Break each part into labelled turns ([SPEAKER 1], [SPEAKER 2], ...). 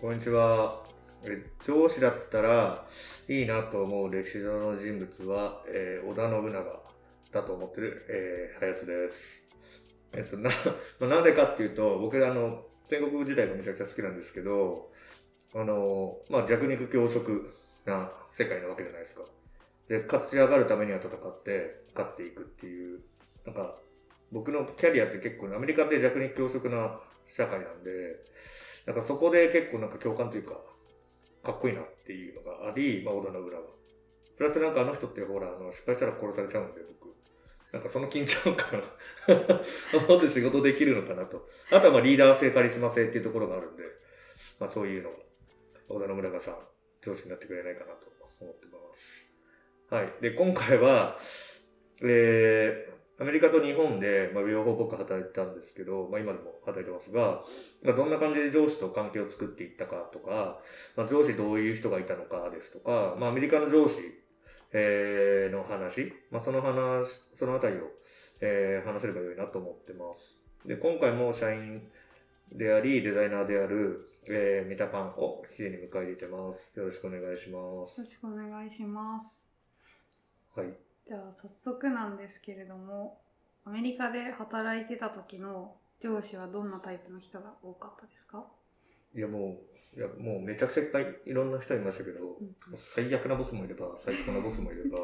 [SPEAKER 1] こんにちは。え上司だったらいいなと思う歴史上の人物は、えー織田信長だと思ってる、えー、隼人です。えっと、な、 まあなんでかっていうと、僕あの、戦国時代がめちゃくちゃ好きなんですけど、あの、まあ、弱肉強食な世界なわけじゃないですか。で、勝ち上がるためには戦って、勝っていくっていう、なんか、僕のキャリアって結構、アメリカって弱肉強食な社会なんで、なんかそこで結構なんか共感というか、かっこいいなっていうのがあり、まあ、織田信長。プラスなんかあの人ってほら、あの失敗したら殺されちゃうんで、僕。なんかその緊張 感を持って仕事できるのかなと。あとはまあリーダー性、カリスマ性っていうところがあるんで、まあそういうのが、織田信長さん、上司になってくれないかなと思ってます。はい。で、今回は、えー、アメリカと日本で、まあ、両方僕働いてたんですけど、まあ今でも働いてますが、まあ、どんな感じで上司と関係を作っていったかとか、まあ、上司どういう人がいたのかですとか、まあ、アメリカの上司、えーの話、まあ、その話、そのあたりを、えー話せればよいなと思ってます。で、今回も社員であり、デザイナーである、えー、三田パンをヒデに迎え入れてます。よろしくお願いします
[SPEAKER 2] よろ。しくお願いします。
[SPEAKER 1] はい。
[SPEAKER 2] じゃあ早速なんですけれども、アメリカで働いてた時の上司はどんなタイプの人が多かったですか？
[SPEAKER 1] いや、もう、いや、もうめちゃくちゃいっぱいいろんな人いましたけど、もう最悪なボスもいれば、最高なボスもいれば、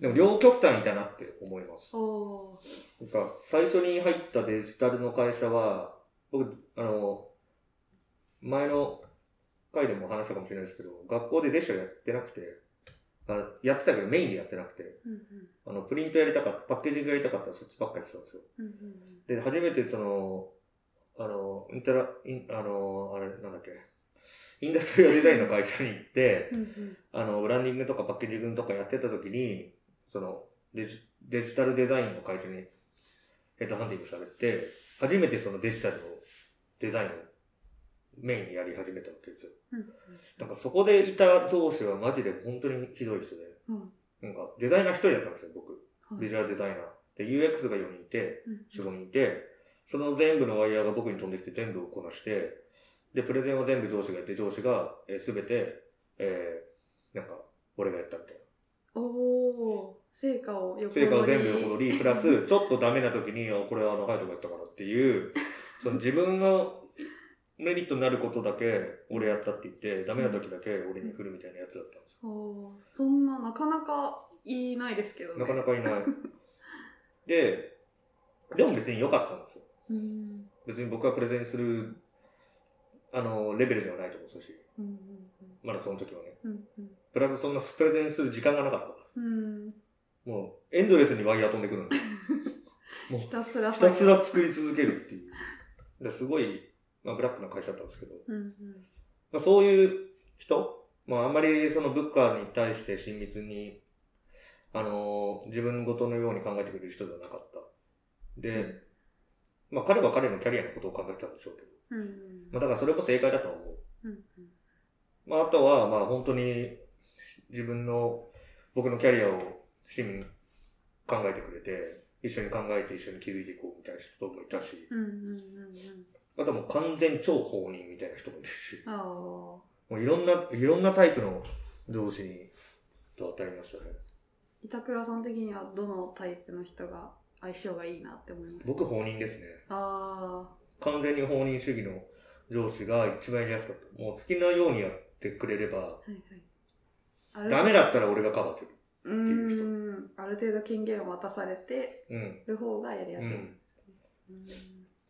[SPEAKER 1] でも両極端いたなって思います。
[SPEAKER 2] お
[SPEAKER 1] なんか、最初に入ったデジタルの会社は、僕、あの、前の回でも話したかもしれないですけど、学校でレシオやってなくて、あやってたけどメインでやってなくて、
[SPEAKER 2] うんうん
[SPEAKER 1] あの、プリントやりたかった、パッケージングやりたかったらそっちばっかりしてたんですよ。
[SPEAKER 2] うん
[SPEAKER 1] で、初めてその、あの、インタラ、インあの、あれ、なんだっけ、インダストリアデザインの会社に行って
[SPEAKER 2] う、んうん
[SPEAKER 1] あの、ブランディングとかパッケージングとかやってた時に、その、デジデジタルデザインの会社にヘッドハンティングされて、初めてそのデジタルのデザインをメインにやり始めたわけですよ。
[SPEAKER 2] うん
[SPEAKER 1] なんかそこでいた上司はマジで本当にひどい人で、
[SPEAKER 2] うん
[SPEAKER 1] なんかデザイナー一人だったんですよ、僕。
[SPEAKER 2] うん
[SPEAKER 1] デジタルデザイナー。で、UX が4人いて、
[SPEAKER 2] う
[SPEAKER 1] 4、
[SPEAKER 2] ん
[SPEAKER 1] 5人いて、その全部のワイヤーが僕に飛んできて全部をこなして、で、プレゼンは全部上司がやって、上司が、えー、全て、えー、なんか、俺がやったみたいな。
[SPEAKER 2] おおー成果を横取
[SPEAKER 1] 成
[SPEAKER 2] り
[SPEAKER 1] 果を全部横取り、プラス、ちょっとダメな時に、あこれはあの、ハヤトがやったからっていう、その自分のメリットになることだけ、俺やったって言って、ダメな時だけ俺に振るみたいなやつだったんですよ。
[SPEAKER 2] おおそんななかなか言いないですけどね。
[SPEAKER 1] なかなかいない。で、でも別に良かったんですよ。
[SPEAKER 2] うん
[SPEAKER 1] 別に僕がプレゼンする、あの、レベルではないと思うし。
[SPEAKER 2] うんうん
[SPEAKER 1] まだその時はね。
[SPEAKER 2] うんうんうん
[SPEAKER 1] プラスそんなプレゼンする時間がなかった。
[SPEAKER 2] うん
[SPEAKER 1] もう、エンドレスにワイヤー飛んでくるんで。もう
[SPEAKER 2] ひ、たすら
[SPEAKER 1] ひたすら作り続けるっていう。ですごい、まあ、ブラックな会社だったんですけど、
[SPEAKER 2] うんうん
[SPEAKER 1] まあ、そういう人、まあ、あんまりその部下に対して親密に、あのー自分ごとのように考えてくれる人ではなかった。で、まあ、彼は彼のキャリアのことを考えてたんでしょうけど、
[SPEAKER 2] うん
[SPEAKER 1] まあ、だからそれも正解だとは思う。
[SPEAKER 2] うんうん
[SPEAKER 1] まあ、あとは、まあ、本当に自分の、僕のキャリアを市民考えてくれて、一緒に考えて一緒に気づいていこうみたいな人もいたし、
[SPEAKER 2] うんうんうんうん
[SPEAKER 1] あともう完全超法人みたいな人もいるし、
[SPEAKER 2] ああ
[SPEAKER 1] もういろんな、いろんなタイプの上司にと当たりましたね。
[SPEAKER 2] 板倉さん的にはどのタイプの人が相性がいいなって思います
[SPEAKER 1] 僕法人ですね。
[SPEAKER 2] あ
[SPEAKER 1] 完全に法人主義の上司が一番やりやすかった。もう好きなようにやってくれれば、
[SPEAKER 2] あはいはいある
[SPEAKER 1] ダメだったら俺がカバーする。
[SPEAKER 2] うーんある程度権限を渡されて
[SPEAKER 1] うん。
[SPEAKER 2] る方がやりやすい、
[SPEAKER 1] うん
[SPEAKER 2] うん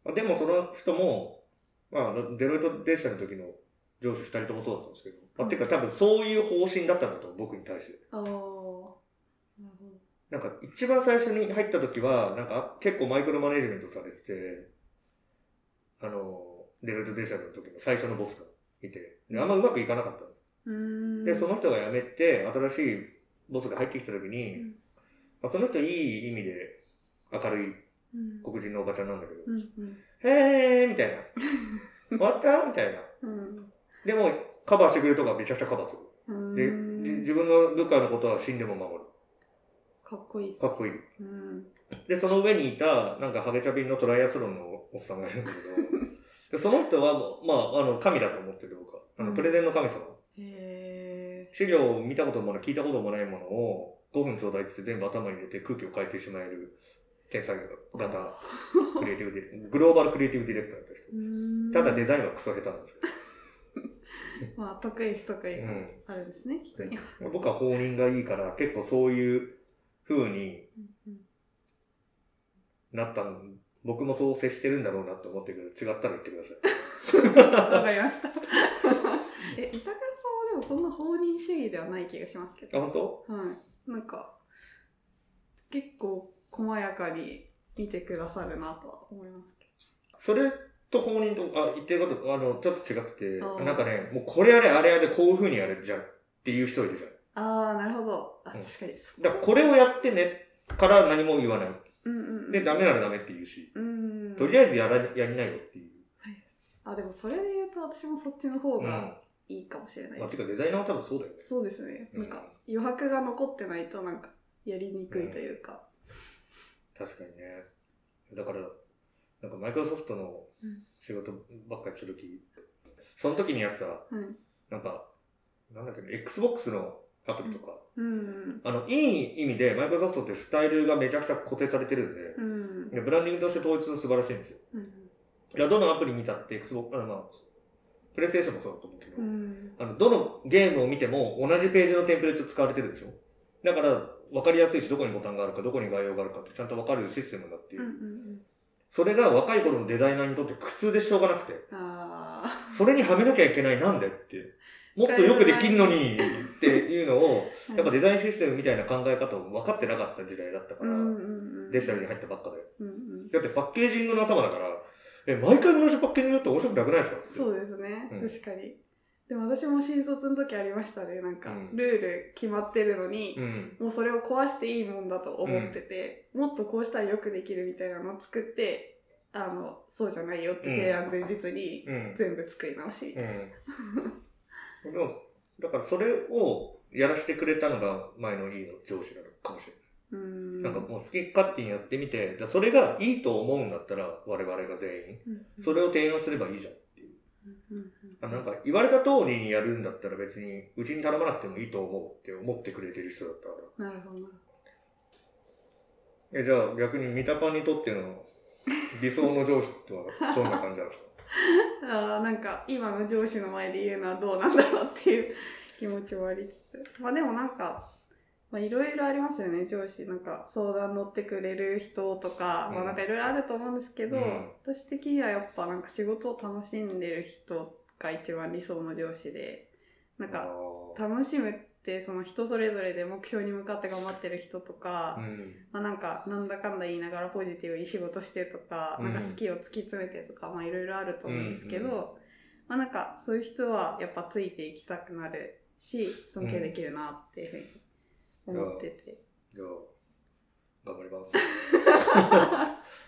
[SPEAKER 1] まあでもその人も、まあ、デロイト電車の時の上司2人ともそうだったんですけど、まあ、ていうか多分そういう方針だったんだと思う僕に対して。
[SPEAKER 2] ああなるほ
[SPEAKER 1] なんか一番最初に入った時は、なんか結構マイクロマネジメントされてて、あの、デロイト電車の時の最初のボスがいて、であんまうまくいかなかったん
[SPEAKER 2] どうーん
[SPEAKER 1] です。で、その人が辞めて、新しいボスが入ってきた時
[SPEAKER 2] う
[SPEAKER 1] に、
[SPEAKER 2] ん
[SPEAKER 1] まあ、その人いい意味で明るい
[SPEAKER 2] うん
[SPEAKER 1] 黒人のおばちゃんなんだけど、
[SPEAKER 2] うんうん
[SPEAKER 1] へーみた いな。終わったみたいな。
[SPEAKER 2] うん
[SPEAKER 1] でも、カバーしてくれるとかめちゃくちゃカバーする。
[SPEAKER 2] う
[SPEAKER 1] で、
[SPEAKER 2] ーん
[SPEAKER 1] じ自分の部下のことは死んでも守る。
[SPEAKER 2] かっこいいっす
[SPEAKER 1] かっこいい。
[SPEAKER 2] うん
[SPEAKER 1] で、その上にいた、なんかハゲチャビンのト ライアスロンのおっさんがいるんだけど、でその人はもう、まあ、あの、神だと思ってる僕は。あ
[SPEAKER 2] う
[SPEAKER 1] の、
[SPEAKER 2] ん
[SPEAKER 1] プレゼンの神様。
[SPEAKER 2] へえ
[SPEAKER 1] 資料を見たこともない、聞いたこともないものを5分ちょうだいっつって全部頭に入れて空気を変えてしまえる天才 型クリエイティブディレグローバルクリエイティブディレクターだった人。ただデザインはクソ下手なんですよ。
[SPEAKER 2] まあ得意不得意
[SPEAKER 1] うん。
[SPEAKER 2] があるんですね、人には
[SPEAKER 1] 僕は放任がいいから結構そういう風に
[SPEAKER 2] うんうん
[SPEAKER 1] なったの僕もそう接してるんだろうなと思ってるけど違ったら言ってください
[SPEAKER 2] わかりま した。え、板倉さんはでもそんな放任主義ではない気がしますけ
[SPEAKER 1] あ
[SPEAKER 2] ど。
[SPEAKER 1] 本当
[SPEAKER 2] はい。なんか、結構細やかに見てくださるなとは思いますけ
[SPEAKER 1] それと放任とあ言ってることあのちょっと違くて
[SPEAKER 2] あー
[SPEAKER 1] なんかねもうこれやれあれやれこういう風にやるじゃんっていう人いるじゃん
[SPEAKER 2] ど。ああ、なるほど。あ、
[SPEAKER 1] うん
[SPEAKER 2] 確かに。
[SPEAKER 1] だからこれをやってねから何も言わない
[SPEAKER 2] うんうんうん。
[SPEAKER 1] でダメならダメって言うし
[SPEAKER 2] うん。
[SPEAKER 1] とりあえずやらやりなよっていう、
[SPEAKER 2] あ、でもそれで言うと私もそっちの方
[SPEAKER 1] うん
[SPEAKER 2] が
[SPEAKER 1] ま
[SPEAKER 2] いいかもしれない。
[SPEAKER 1] あ、てかデザイナーは多分そうだよね
[SPEAKER 2] そうですね。なんか余白が残ってないとなんかやりにくいというか。
[SPEAKER 1] 確かにね。だから、なんかマイクロソフトの
[SPEAKER 2] うん
[SPEAKER 1] 仕事ばっかりするとき、その時にやってた、
[SPEAKER 2] はい。
[SPEAKER 1] なんか、なんだっけね、Xbox のアプリとか、
[SPEAKER 2] うんうん。
[SPEAKER 1] あの、いい意味でマイクロソフトってスタイルがめちゃくちゃ固定されてるんで、
[SPEAKER 2] うん。
[SPEAKER 1] でブランディングとして統一素晴らしいんですよ。
[SPEAKER 2] うん
[SPEAKER 1] いや、どのアプリ見たって Xbox、あの、まあ、プレイステーションもそうだと思うけど、
[SPEAKER 2] うん。
[SPEAKER 1] あの、どのゲームを見ても同じページのテンプレート使われてるでしょだから、分かりやすいし、どこにボタンがあるか、どこに概要があるかってちゃんと分かるシステムになってい
[SPEAKER 2] うんう
[SPEAKER 1] る。
[SPEAKER 2] ん
[SPEAKER 1] それが若い頃のデザイナーにとって苦痛でしょうがなくて、
[SPEAKER 2] うん。ああ。
[SPEAKER 1] それにはめなきゃいけない、なんでって。もっとよくできんのにっていうのを、やっぱデザインシステムみたいな考え方を分かってなかった時代だったか
[SPEAKER 2] うん
[SPEAKER 1] ら、
[SPEAKER 2] うんうん、
[SPEAKER 1] デジタルに入ったばっかで。
[SPEAKER 2] うんうん、
[SPEAKER 1] だってパッケージングの頭だから、え、毎回同じパッケージングだって面白くなくないですかつって
[SPEAKER 2] そうですね、
[SPEAKER 1] うん
[SPEAKER 2] 確かにでも私も新卒の時ありましたねなんか、
[SPEAKER 1] うん
[SPEAKER 2] ルール決まってるのに、
[SPEAKER 1] うん。
[SPEAKER 2] もうそれを壊していいもんだと思ってて、もっとこうしたらよくできるみたいなのを作ってあのそうじゃないよって提案前日に
[SPEAKER 1] うん。
[SPEAKER 2] 全部作り直し、
[SPEAKER 1] うん。 でも、だからそれをやらせてくれたのが前のいいの上司なのかもしれない。
[SPEAKER 2] うん、
[SPEAKER 1] なんかもう好き勝手にやってみて、だそれがいいと思うんだったら、我々が全員、
[SPEAKER 2] うんうん
[SPEAKER 1] それを提案すればいいじゃんっていう。
[SPEAKER 2] うんうんうん
[SPEAKER 1] あなんか言われた通りにやるんだったら別に、うちに頼まなくてもいいと思うって思ってくれてる人だったか
[SPEAKER 2] なるほどな
[SPEAKER 1] ら。え、じゃあ逆に三田パンにとっての理想の上司とはどんな感じなんですか
[SPEAKER 2] あーなんか今の上司の前で言うのはどうなんだろうっていう気持ちもありつつまあでもなんかまあいろいろありますよね上司なんか相談乗ってくれる人とか、
[SPEAKER 1] うん
[SPEAKER 2] まあなんかいろいろあると思うんですけど、
[SPEAKER 1] うん
[SPEAKER 2] 私的にはやっぱなんか仕事を楽しんでる人が一番理想の上司で なん
[SPEAKER 1] あ
[SPEAKER 2] か
[SPEAKER 1] ー
[SPEAKER 2] 楽しむってその人それぞれで目標に向かって頑張ってる人とか、
[SPEAKER 1] うん。
[SPEAKER 2] まあ、なんかなんだかんだ言いながらポジティブに仕事してとか,、
[SPEAKER 1] うん
[SPEAKER 2] なんか好きを突き詰めてとかまあいろいろあると思うんですけど、
[SPEAKER 1] うんうん
[SPEAKER 2] まあ、なんかそういう人はやっぱついていきたくなるし尊敬できるなっていうふうに思ってて、
[SPEAKER 1] じゃあ、頑張ります。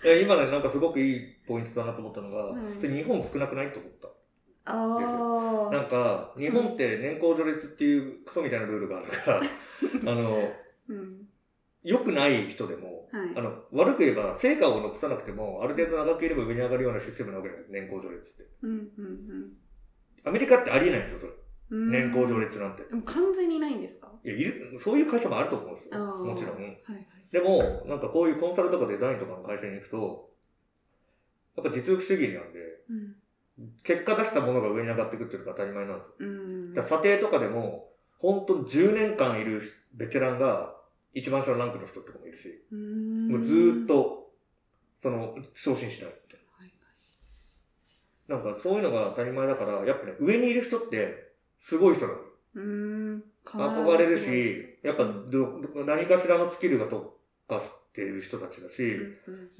[SPEAKER 1] いや今ね、なんかすごくいいポイントだなと思ったのが、
[SPEAKER 2] うん
[SPEAKER 1] それ日本少なくないと思った。です
[SPEAKER 2] あ
[SPEAKER 1] なんか、日本って年功序列っていうクソみたいなルールがある から、あの、
[SPEAKER 2] うん
[SPEAKER 1] 良くない人でも、
[SPEAKER 2] はい
[SPEAKER 1] あの、悪く言えば成果を残さなくても、ある程度長くいれば上に上がるようなシステムなわけだよ、年功序列って。
[SPEAKER 2] うんうん
[SPEAKER 1] アメリカってありえないんですよ、それ。
[SPEAKER 2] うん
[SPEAKER 1] 年功序列なんて。
[SPEAKER 2] でも完全にないんですか
[SPEAKER 1] いや、いる、そういう会社もあると思うんです
[SPEAKER 2] あ
[SPEAKER 1] よ。
[SPEAKER 2] ー
[SPEAKER 1] もちろん。
[SPEAKER 2] はいはい
[SPEAKER 1] でも、なんかこういうコンサルとかデザインとかの会社に行くと、やっぱ実力主義なんで、
[SPEAKER 2] うん
[SPEAKER 1] 結果出したものが上に上がってくっていうのが当たり前なんですよ
[SPEAKER 2] うん
[SPEAKER 1] だから査定とかでも、本当10年間いるベテランが、一番下のランクの人とかもいるし、
[SPEAKER 2] うん
[SPEAKER 1] もうずーっと、その、昇進しないみたい
[SPEAKER 2] はい
[SPEAKER 1] な。なんかそういうのが当たり前だから、やっぱね、上にいる人って、すごい人なの。
[SPEAKER 2] うん
[SPEAKER 1] 憧れる
[SPEAKER 2] 必ずす
[SPEAKER 1] し、やっぱど、ど何かしらのスキルが特化している人たちだ
[SPEAKER 2] ごい
[SPEAKER 1] し、
[SPEAKER 2] うん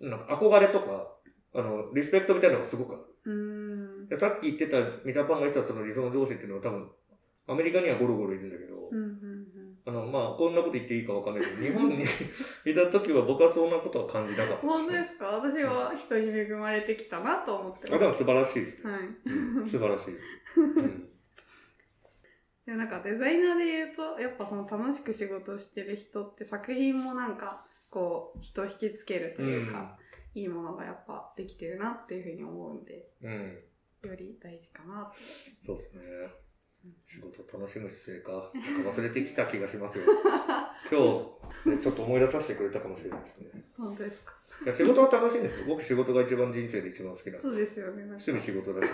[SPEAKER 2] うん
[SPEAKER 1] なんか憧れとか、あの、リスペクトみたいなのがすごくある。
[SPEAKER 2] うん
[SPEAKER 1] でさっき言ってた、ミタパンが言ってたその理想の上司っていうのは多分、アメリカにはゴロゴロいるんだけど、
[SPEAKER 2] うんうんうん
[SPEAKER 1] あの、まあ、こんなこと言っていいかわかんないけど、 日本にいた時は僕はそんなことは感じなかった
[SPEAKER 2] 本当ですか私は人に恵まれてきたなと思って
[SPEAKER 1] あ、
[SPEAKER 2] ま。
[SPEAKER 1] です
[SPEAKER 2] は
[SPEAKER 1] も素晴らしいですね。
[SPEAKER 2] い。
[SPEAKER 1] うん素晴らし い。うん
[SPEAKER 2] でなんかデザイナーで言うと、やっぱその楽しく仕事をしてる人って作品もなんか、こう、人を引きつけるというか、いいものがやっぱできてるなっていうふうに思うんで、
[SPEAKER 1] うん。
[SPEAKER 2] より大事か なって。
[SPEAKER 1] そうですね。
[SPEAKER 2] うん
[SPEAKER 1] 仕事楽しむ姿勢か。なんか忘れてきた気がしますよ。今日、ね、ちょっと思い出させてくれたかもしれないですね。
[SPEAKER 2] 本当ですか。
[SPEAKER 1] いや仕事は楽しいんですよ。僕仕事が一番人生で一番好きなんで。
[SPEAKER 2] そうですよね。なんか
[SPEAKER 1] 趣味仕事だし。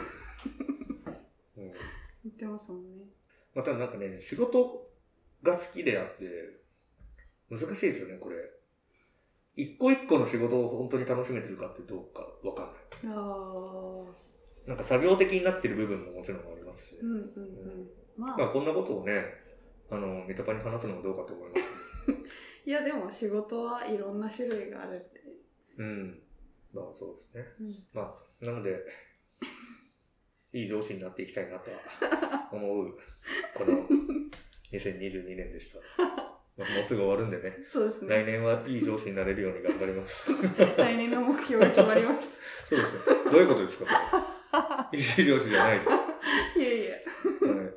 [SPEAKER 1] うん、
[SPEAKER 2] 言ってますもんね。
[SPEAKER 1] またなんかね、仕事が好きであって、難しいですよね、これ。一個一個の仕事を本当に楽しめてるかってどうかわかんない。
[SPEAKER 2] ああ、
[SPEAKER 1] なんか作業的になってる部分ももちろんありますし。
[SPEAKER 2] うんうんうん。ま
[SPEAKER 1] まあ
[SPEAKER 2] あ、
[SPEAKER 1] こんなことをね、あの、ミトパに話すのもどうかと思います。
[SPEAKER 2] いやでも仕事はいろんな種類があるって。
[SPEAKER 1] うん。まあそうですね。
[SPEAKER 2] うん、
[SPEAKER 1] まあ、なので、いい上司になっていきたいなとは思う、この2022年でした。まあもうすぐ終わるんでね、
[SPEAKER 2] そうです
[SPEAKER 1] 来
[SPEAKER 2] ね。
[SPEAKER 1] 年はいい上司になれるように頑張ります。
[SPEAKER 2] 来年の目標が決まりまし
[SPEAKER 1] そうですね。どういうことですか、それ。いい上司じゃないです。はい、
[SPEAKER 2] た。いえいえ。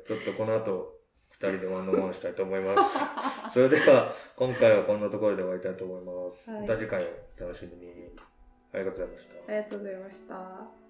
[SPEAKER 1] ちょっとこの後、二人でワンオンワンしたいと思います。それでは、今回はこんなところで終わりたいと思います。
[SPEAKER 2] はい
[SPEAKER 1] また次回をお楽しみに。ありがとうございました。
[SPEAKER 2] ありがとうございました。